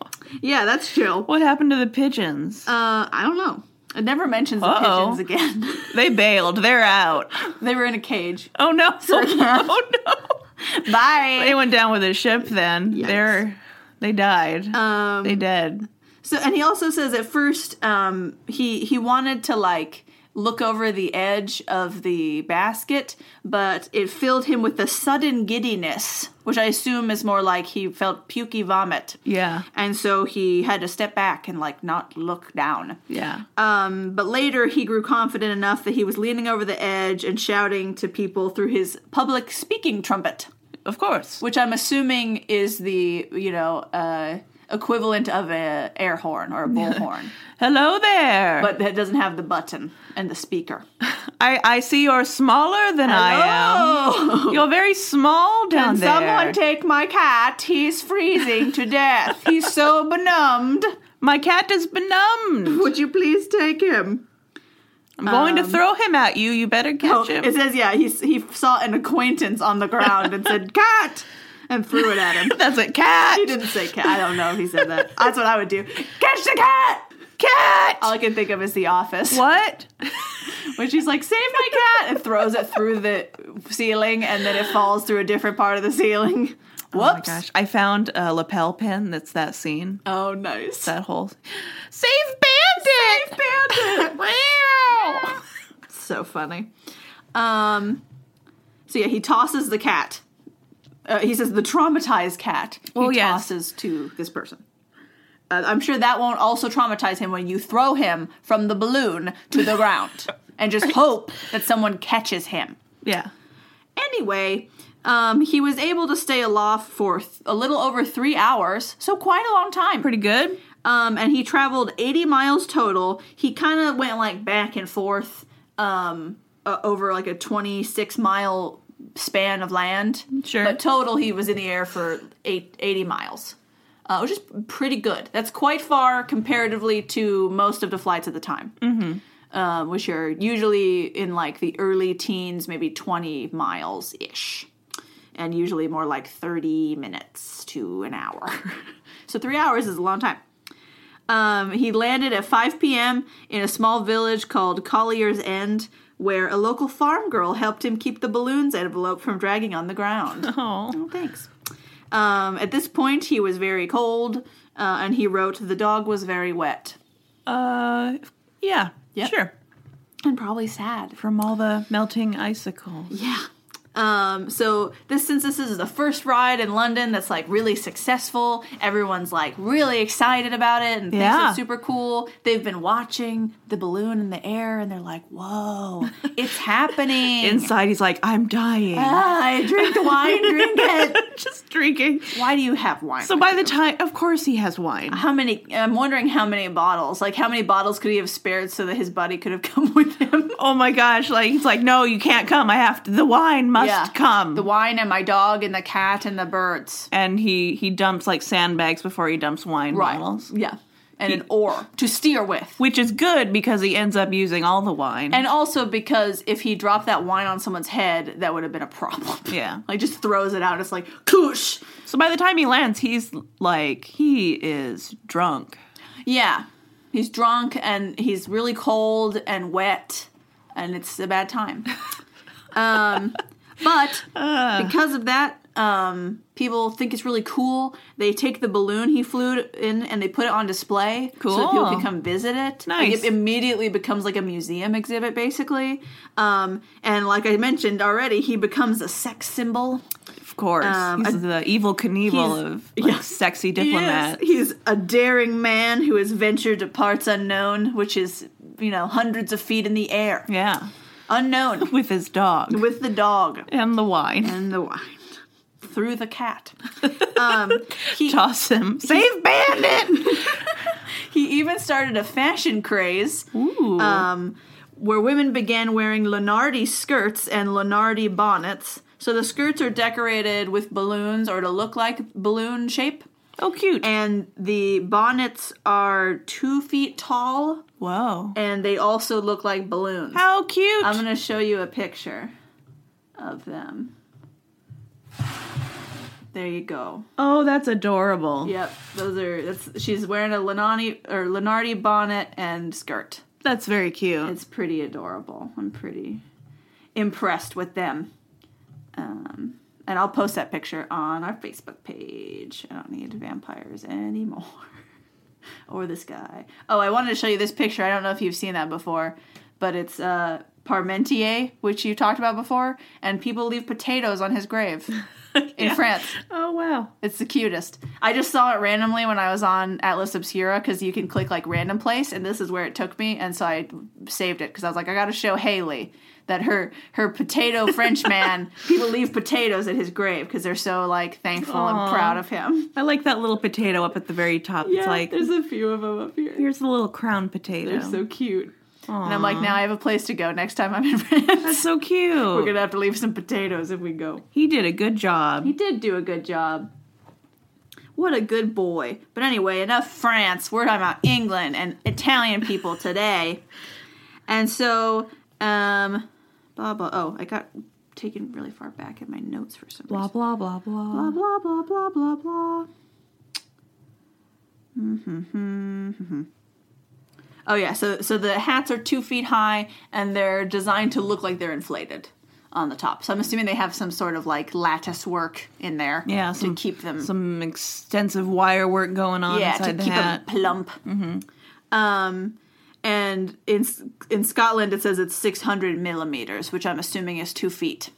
Yeah, that's chill. What happened to the pigeons? Uh, I don't know. It never mentions the Uh-oh. pigeons again. *laughs* They bailed. They're out. they were in a cage. Oh *laughs* no! yeah. Oh no! They Bye. went down with the ship. Then they're they died. Um, they dead. So, and he also says at first um, he he wanted to like look over the edge of the basket, but it filled him with a sudden giddiness, which I assume is more like he felt pukey vomit, Yeah. and so he had to step back and like not look down. Yeah. Um, but later he grew confident enough that he was leaning over the edge and shouting to people through his public speaking trumpet, Of course. which I'm assuming is the you know uh, equivalent of a air horn or a bullhorn. Hello there. but that doesn't have the button and the speaker. I I see you're smaller than I am. Hello! You're very small down Can there. someone take my cat? He's freezing to death. He's so benumbed. My cat is benumbed. Would you please take him? I'm going to throw him at you. You better Oh, catch him. it says, yeah, he, he saw an acquaintance on the ground and *laughs* said, cat! And threw it at him. *laughs* That's a cat. He didn't say cat. I don't know if he said that. That's what I would do. Catch the cat! Cat. All I can think of is The Office. *laughs* what? Oh When she's like, save my cat! And throws it through the ceiling and then it falls through a different part of the ceiling. Whoops. Oh my gosh! I found a lapel pin. That's that scene. Oh, nice. that whole *gasps* save bandit save bandit *laughs* wow so funny. Um, so yeah, he tosses the cat. Uh, he says the traumatized cat. He Well, yes. tosses to this person. Uh, I'm sure that won't also traumatize him when you throw him from the balloon to the ground and just hope that someone catches him. yeah Anyway, um, he was able to stay aloft for th- a little over three hours, so quite a long time. pretty good Um, and he traveled 80 miles total. He kind of went like back and forth um, uh, over like a 26 mile span of land. Sure. But total, he was in the air for eight, 80 miles, uh, which is pretty good. That's quite far comparatively to most of the flights at the time, mm-hmm. um, which are usually in like the early teens, maybe 20 miles ish and usually more like 30 minutes to an hour. *laughs* so three hours is a long time. Um, he landed at 5 p.m. in a small village called Collier's End, where a local farm girl helped him keep the balloons envelope from dragging on the ground. oh Oh, thanks. Um, at this point, he was very cold, uh, and he wrote, The dog was very wet uh yeah Yep. sure and probably sad. from all the melting icicles Yeah. Um, so this since this is the first ride in London that's like really successful, everyone's like really excited about it and thinks Yeah. it's super cool. They've been watching the balloon in the air and they're like, "Whoa, *laughs* it's happening!" inside he's like i'm dying ah, I drink the wine, drink it. *laughs* just drinking Why do you have wine? so by the time of course he has wine how many? I'm wondering how many bottles. Like, how many bottles could he have spared so that his buddy could have *laughs* come with him? oh my gosh like he's like no you can't come i have to the wine must come The wine and my dog and the cat and the birds. and he he dumps like sandbags before he dumps wine bottles Yeah. and an oar to steer with. which is good because he ends up using all the wine. And also because if he dropped that wine on someone's head, that would have been a problem. *laughs* yeah. Like just throws it out. It's like koosh. So by the time he lands, he's like he is drunk. Yeah, he's drunk and he's really cold and wet, and it's a bad *laughs* time. um, but Ah. because of that, um, people think it's really cool. They take the balloon he flew in and they put it on display so that people Cool. can come visit it. Like, Nice. it immediately becomes like a museum exhibit, basically. Um, and like I mentioned already, he becomes a sex symbol. Of course, Um, he's I- the evil Knievel He's- of like, yeah. sexy He is. diplomat. He's a daring man who has ventured to parts unknown, which is, you know, hundreds of feet in the air. Yeah, *laughs* Unknown. with his dog with the dog and the wine. *laughs* and the wine. Through the cat. Um, he, Toss him. *laughs* Save Bandit. *laughs* he even started a fashion craze Ooh. um, where women began wearing Lenardi skirts and Lenardi bonnets. So the skirts are decorated with balloons or to look like balloon shape. oh, cute. And the bonnets are two feet tall Whoa. and they also look like balloons. How cute. I'm gonna show you a picture of them. There you go. oh, that's adorable. Yep, those are. That's she's wearing a Lenani or Lenardi bonnet and skirt. That's very cute. It's pretty adorable. I'm pretty impressed with them. Um, and I'll post that picture on our Facebook page. I don't need vampires anymore. *laughs* or this guy. Oh, I wanted to show you this picture. I don't know if you've seen that before, but it's uh, Parmentier, which you talked about before, and people leave potatoes on his *laughs* grave in Yeah. France. Oh wow. It's the cutest. I just saw it randomly when I was on Atlas Obscura because you can click like random place, and this is where it took me, and so I saved it because I was like, I got to show Haley that her her *laughs* potato French man people leave potatoes at his grave because they're so like thankful Aw. and proud of *laughs* him. I like that little potato up at the very top. it's like there's a few of them up here. here's the little crown potato. They're so cute, and I'm Aw. like, now I have a place to go next time I'm in *laughs* France. That's so cute. We're gonna have to leave some potatoes if we go. He did a good job. He did do a good job. What a good boy. But anyway, enough France. We're talking about England and Italian people today. And so, um, blah, blah. Oh, I got taken really far back in my notes for some blah reason. blah blah blah. Blah, blah, blah, blah, blah, blah. Mm-hmm. Oh, yeah. So, so the hats are two feet high and they're designed to look like they're inflated on the top. So I'm assuming they have some sort of like lattice work in there Yeah, to some- keep them Some extensive wire work going on yeah, inside to the keep hat. Mm-hmm. them plump. Um, and in S- in Scotland, it says it's 600 millimeters, which I'm assuming is two feet.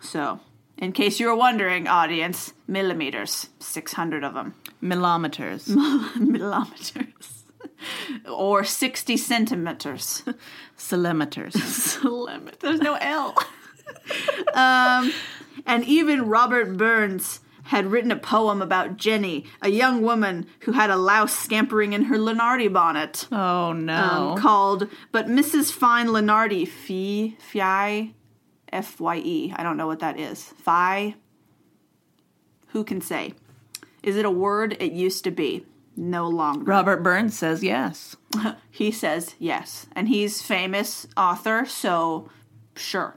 So, in case you were wondering, audience, millimeters, 600 of them, *laughs* Millimeters. millimeters, *laughs* or 60 centimeters. *laughs* Celimeters. Celem- There's no L. *laughs* um, and even Robert Burns had written a poem about Jenny, a young woman who had a louse scampering in her Lenardi bonnet Oh no. um, called, but Mrs. Fine Lenardi, Fee, Fye, F Y E. I don't know what that is. Fye? Who can say? Is it a word? It used to be. No longer. Robert Burns says yes. He says yes. And he's famous author, so sure.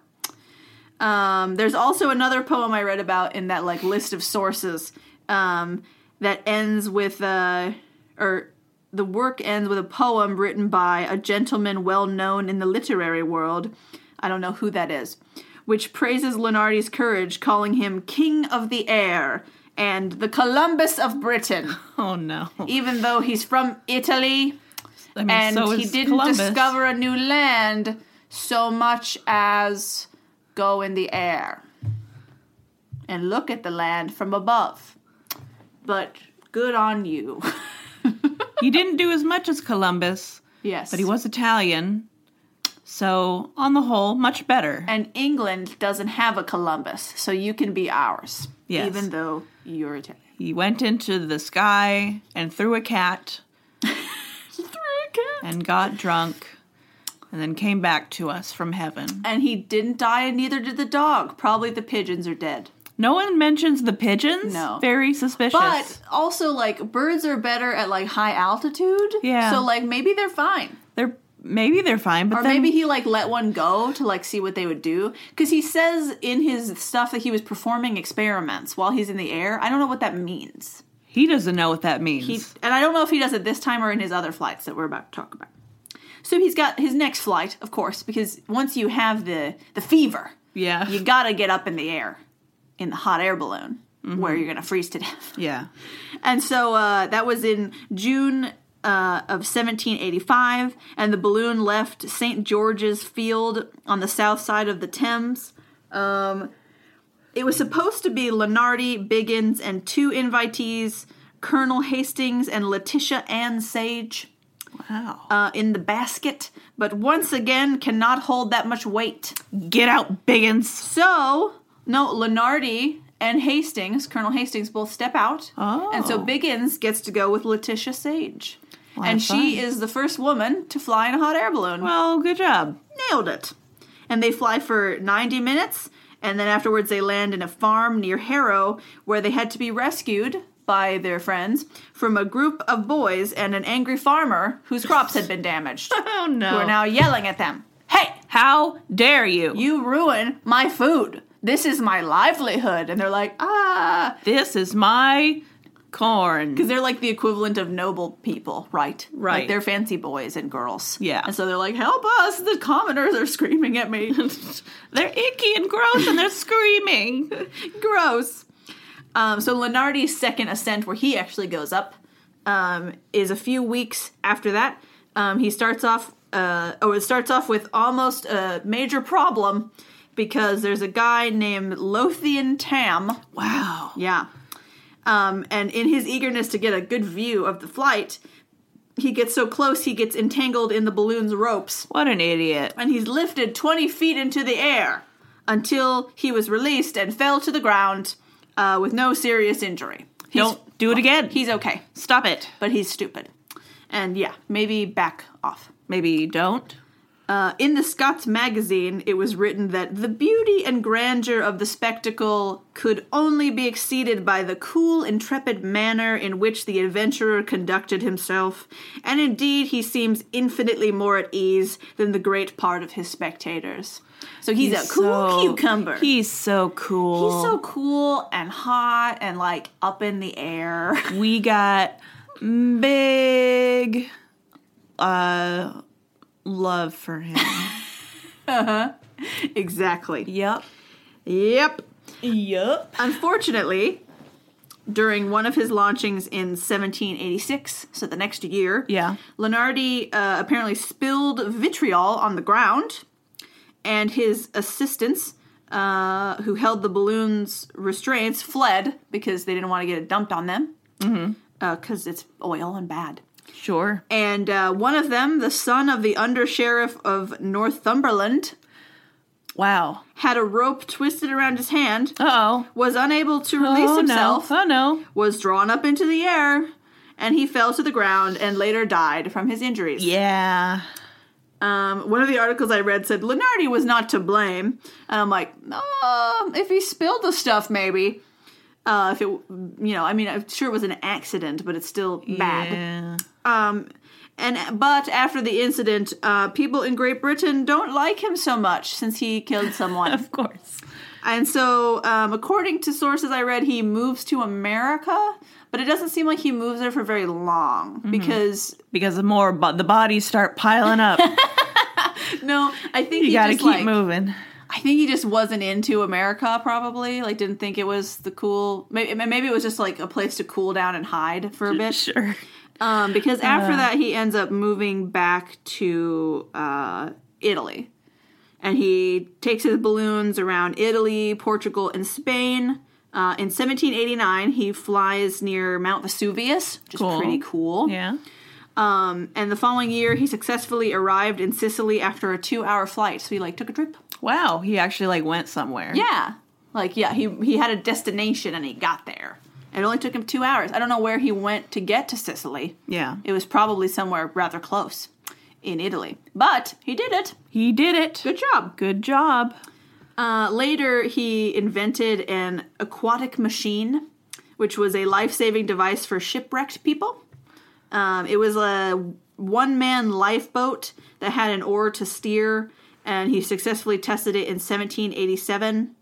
Um, there's also another poem I read about in that like list of sources um, that ends with uh, or the work ends with a poem written by a gentleman well known in the literary world. I don't know who that is, which praises Lenardi's courage, calling him king of the air and the Columbus of Britain, Oh no. even though he's from Italy I mean, and so he is didn't Columbus. discover a new land so much as go in the air and look at the land from above. But good on you. *laughs* He didn't do as much as Columbus, yes. but he was Italian. So, on the whole, much better. and England doesn't have a Columbus, so you can be ours. Yes. Even though you're Italian. He went into the sky and threw a cat and got drunk and then came back to us from heaven. And he didn't die, and neither did the dog. Probably the pigeons are dead. No one mentions the pigeons. No. Very suspicious. But also, like, birds are better at like high altitude. Yeah. So like maybe they're fine. they're maybe they're fine, but Or then, maybe he like let one go to like see what they would do because he says in his stuff that he was performing experiments while he's in the air. I don't know what that means. he doesn't know what that means. He and I don't know if he does it this time or in his other flights that we're about to talk about. So he's got his next flight, of course, because once you have the the fever, yeah. you gotta get up in the air in the hot air balloon Mm-hmm. where you're gonna freeze to death. yeah. And so uh, that was in June uh, of 1785, and the balloon left St. George's Field on the south side of the Thames. Um, it was supposed to be Lenardi, Biggins, and two invitees, Colonel Hastings and Letitia Ann Sage, Wow. uh, in the basket, but once again cannot hold that much weight. Um, Get out, Biggins. So, no, Lenardi and Hastings, Colonel Hastings, both step out. Oh. And so Biggins gets to go with Letitia Sage. and she fun. is the first woman to fly in a hot air balloon. Well, good job. Nailed it. And they fly for 90 minutes, and then afterwards they land in a farm near Harrow where they had to be rescued by their friends from a group of boys and an angry farmer whose crops had been *laughs* damaged, Oh no. who are now yelling at them. Hey, How dare you? you ruin my food. This is my livelihood. And they're like, ah. This is my corn. Because they're like the equivalent of noble people, right? Right. Like they're fancy boys and girls. Yeah. And so they're like, help us. The commoners are screaming at *laughs* me. They're icky and gross and they're screaming. *laughs* Gross. Um, so Lenardi's second ascent, where he actually goes up, um, is a few weeks after that. Um, he starts off, uh, oh, it starts off with almost a major problem because there's a guy named Lothian Tam. Wow. Yeah. Um, and in his eagerness to get a good view of the flight, he gets so close he gets entangled in the balloon's ropes What an idiot. and he's lifted 20 feet into the air until he was released and fell to the ground uh, with no serious injury. He's, Don't do it again. He's okay, Stop it. but he's stupid. And yeah, maybe back off. Maybe don't. Uh, in the Scots magazine, it was written that the beauty and grandeur of the spectacle could only be exceeded by the cool, intrepid manner in which the adventurer conducted himself, and indeed he seems infinitely more at ease than the great part of his spectators. So he's, a cool so- cucumber. He's so cool. He's so cool and hot and like up in the air. *laughs* we got big uh love for *laughs* him. exactly. yep. Yep. Yep. Unfortunately, during one of his launchings in 1786, so the next year, Yeah. Lenardi uh, apparently spilled vitriol on the ground, and his assistants, uh, who held the balloon's restraints, fled because they didn't want to get it dumped on them Mm-hmm. because it's oil and bad. Sure. And uh, one of them, the son of the undersheriff of Northumberland, Wow. had a rope twisted around his hand, Uh-oh. was unable to release oh himself, no. Oh no. was drawn up into the air, and he fell to the ground and later died from his injuries. Yeah. Um, one of the articles I read said Lenardi was not to blame, and I'm like, um, if he spilled the stuff, maybe. Uh, if it, you know, I mean, I'm sure it was an accident, but it's still bad. Yeah. Um, and but after the incident, uh, people in Great Britain don't like him so much since he killed *laughs* someone, Of course. and so um, according to sources I read, he moves to America, but it doesn't seem like he moves there for very long Mm-hmm. because Because the more bo- the bodies start *laughs* piling up, no, I think you he got to just, keep like, moving. I think he just wasn't into America, probably. Like, didn't think it was the cool. Maybe, maybe it was just like a place to cool down and hide for a bit. Sure. Um, because after that, he ends up moving back to uh, Italy. And he takes his balloons around Italy, Portugal, and Spain. Uh, in 1789, he flies near Mount Vesuvius, which Cool. is pretty cool. Yeah. Um, and the following year, he successfully arrived in Sicily after a two-hour flight. So he like took a trip. Wow. He actually like went somewhere. Yeah. Like yeah, he he had a destination and he got there. It only took him 2 hours. I don't know where he went to get to Sicily. Yeah. It was probably somewhere rather close in Italy. But he did it. He did it. Good job. Good job. Uh, later, he invented an aquatic machine, which was a life saving device for shipwrecked people. Um, it was a one man lifeboat that had an oar to steer, and he successfully tested it in 1787.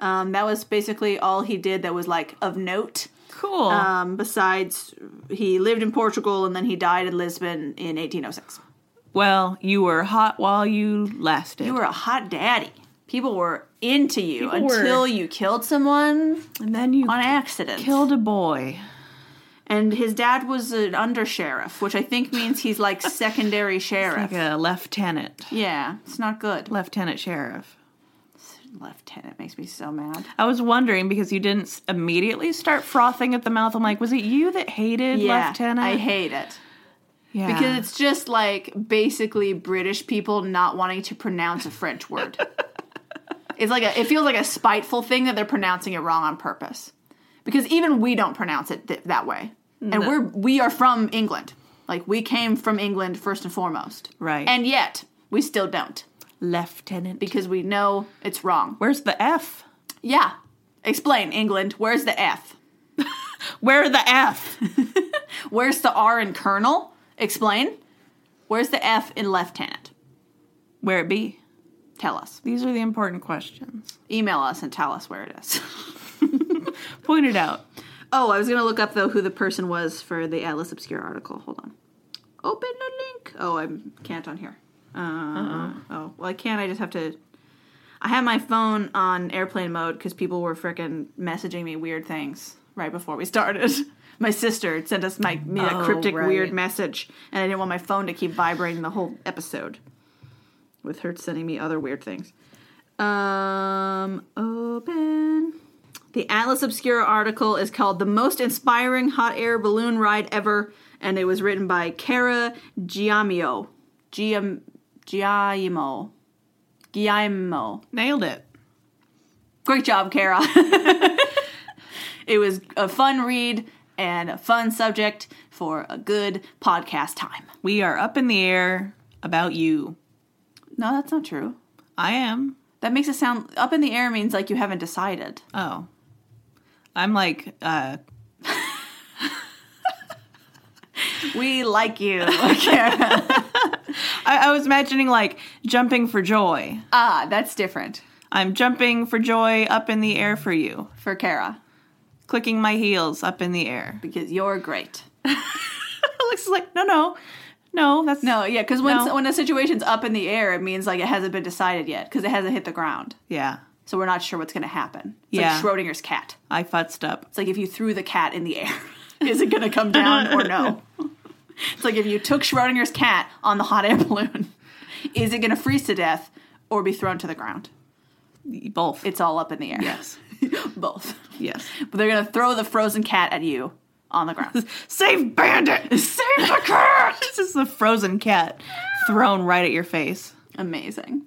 Um, that was basically all he did that was like of note. Cool. Um, besides, he lived in Portugal and then he died in Lisbon in 1806. well, you were hot while you lasted. You were a hot daddy. People were into you People were- until you killed someone and then you on accident. killed a boy. And his dad was an undersheriff, which I think means he's *laughs* like secondary sheriff. Like a lieutenant. yeah, it's not good. Lieutenant sheriff. Lieutenant makes me so mad. I was wondering because you didn't s- immediately start frothing at the mouth. I'm like, was it you that hated Yeah, Lieutenant? I hate it. yeah. Because it's just like basically British people not wanting to pronounce a French *laughs* word. it's like a, it feels like a spiteful thing that they're pronouncing it wrong on purpose. Because even we don't pronounce it th- that way. And we're we are from England. Like we came from England first and foremost. Right. And yet we still don't Lieutenant. because we know it's wrong. Where's the F? Yeah. Explain England, where's the F? Where are the F? *laughs* Where's the R in colonel? Explain. Where's the F in lieutenant? Where it be? Tell us. These are the important questions. email us and tell us where it is. *laughs* Point it out. oh, I was gonna look up though who the person was for the Atlas Obscure article. Hold on. Open the link. Oh, I can't on here. Uh, Uh-huh. oh, well, I can't. I just have to. I had my phone on airplane mode because people were freaking messaging me weird things right before we started. *laughs* My sister sent us my me a Oh, cryptic right. weird message, and I didn't want my phone to keep vibrating the whole episode with her sending me other weird things. Um, open. The Atlas Obscura article is called The Most Inspiring Hot Air Balloon Ride Ever, and it was written by Cara Giamio. Giam- Giaimo. Giaimo. Nailed it. Great job, Cara. *laughs* it was a fun read and a fun subject for a good podcast time. We are up in the air about you. No, that's not true. I am. That makes it sound up in the air means like you haven't decided. Oh. I'm like, uh, We like you, Cara. I, I was imagining like jumping for joy. *laughs* ah, that's different I'm jumping for joy up in the air for you. for Cara Clicking my heels up in the air. *laughs* because you're great. Alex is like, no, no, no, that's No, yeah, because when No. when a situation's up in the air, it means like it hasn't been decided yet because it hasn't hit the ground, Yeah, so we're not sure what's going to happen. It's Yeah. like Schrodinger's cat. I futzed up. It's like if you threw the cat in the air, *laughs* is it going to come down or *laughs* no? It's like if you took Schrodinger's cat on the hot air balloon, is it going to freeze to death or be thrown to the ground? Both. It's all up in the air. yes. *laughs* both. Yes. But they're going to throw the frozen cat at you on the *laughs* ground. Save Bandit! Save the cat! *laughs* this is the frozen cat thrown right at your face. Amazing.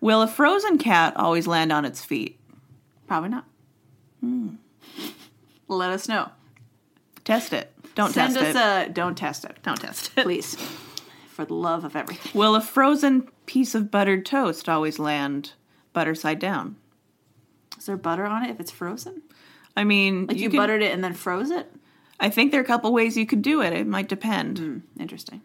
Will a frozen cat always land on its feet? Probably not. Hmm. Let us know. Test it. Don't Send test us it. a don't test it. Don't test it. please. For the love of everything. Will a frozen piece of buttered toast always land butter side down? Is there butter on it if it's frozen? I mean, Like you, can- buttered it and then froze it? I think there are a couple ways you could do it. It might depend. Interesting.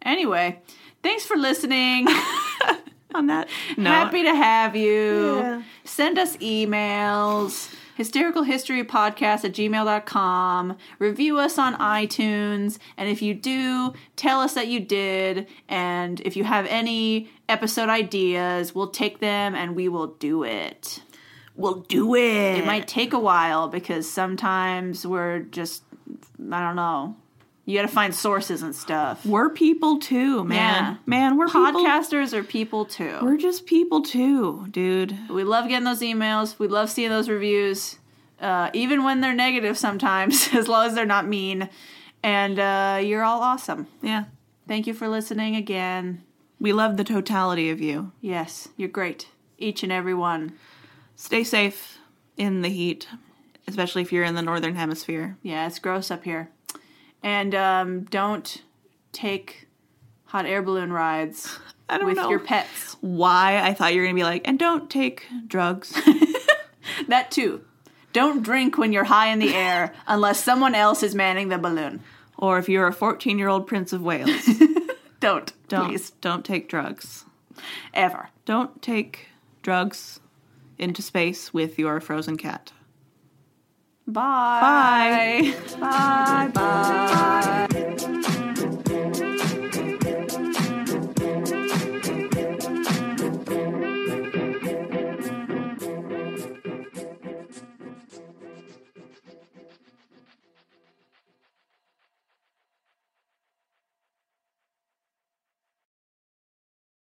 Anyway, thanks for listening. *laughs* On that, *laughs* no. Happy to have you. Yeah. Send us emails. Hystericalhistorypodcast at gmail.com. Review us on iTunes. And if you do, tell us that you did. And if you have any episode ideas, we'll take them and we will do it. we'll do it. It might take a while because sometimes we're just, I don't know. You got to find sources and stuff. We're people too, man. Yeah. Man, we're people. Podcasters are people too. We're just people too, dude. We love getting those emails. We love seeing those reviews, uh, even when they're negative sometimes, *laughs* as long as they're not mean. And uh, you're all awesome. Yeah. Thank you for listening again. We love the totality of you. Yes, you're great. Each and every one. Stay safe in the heat, especially if you're in the northern hemisphere. Yeah, it's gross up here. And um, don't take hot air balloon rides *laughs* I don't with know your pets. why I thought you were gonna be like, and don't take *laughs* drugs. *laughs* That too. Don't drink when you're high in the air unless someone else is manning the balloon. or if you're a 14 year old Prince of *laughs* Wales, Don't, don't please, don't take drugs. ever. Don't take drugs into space with your frozen cat. Bye. Bye. Bye. Bye.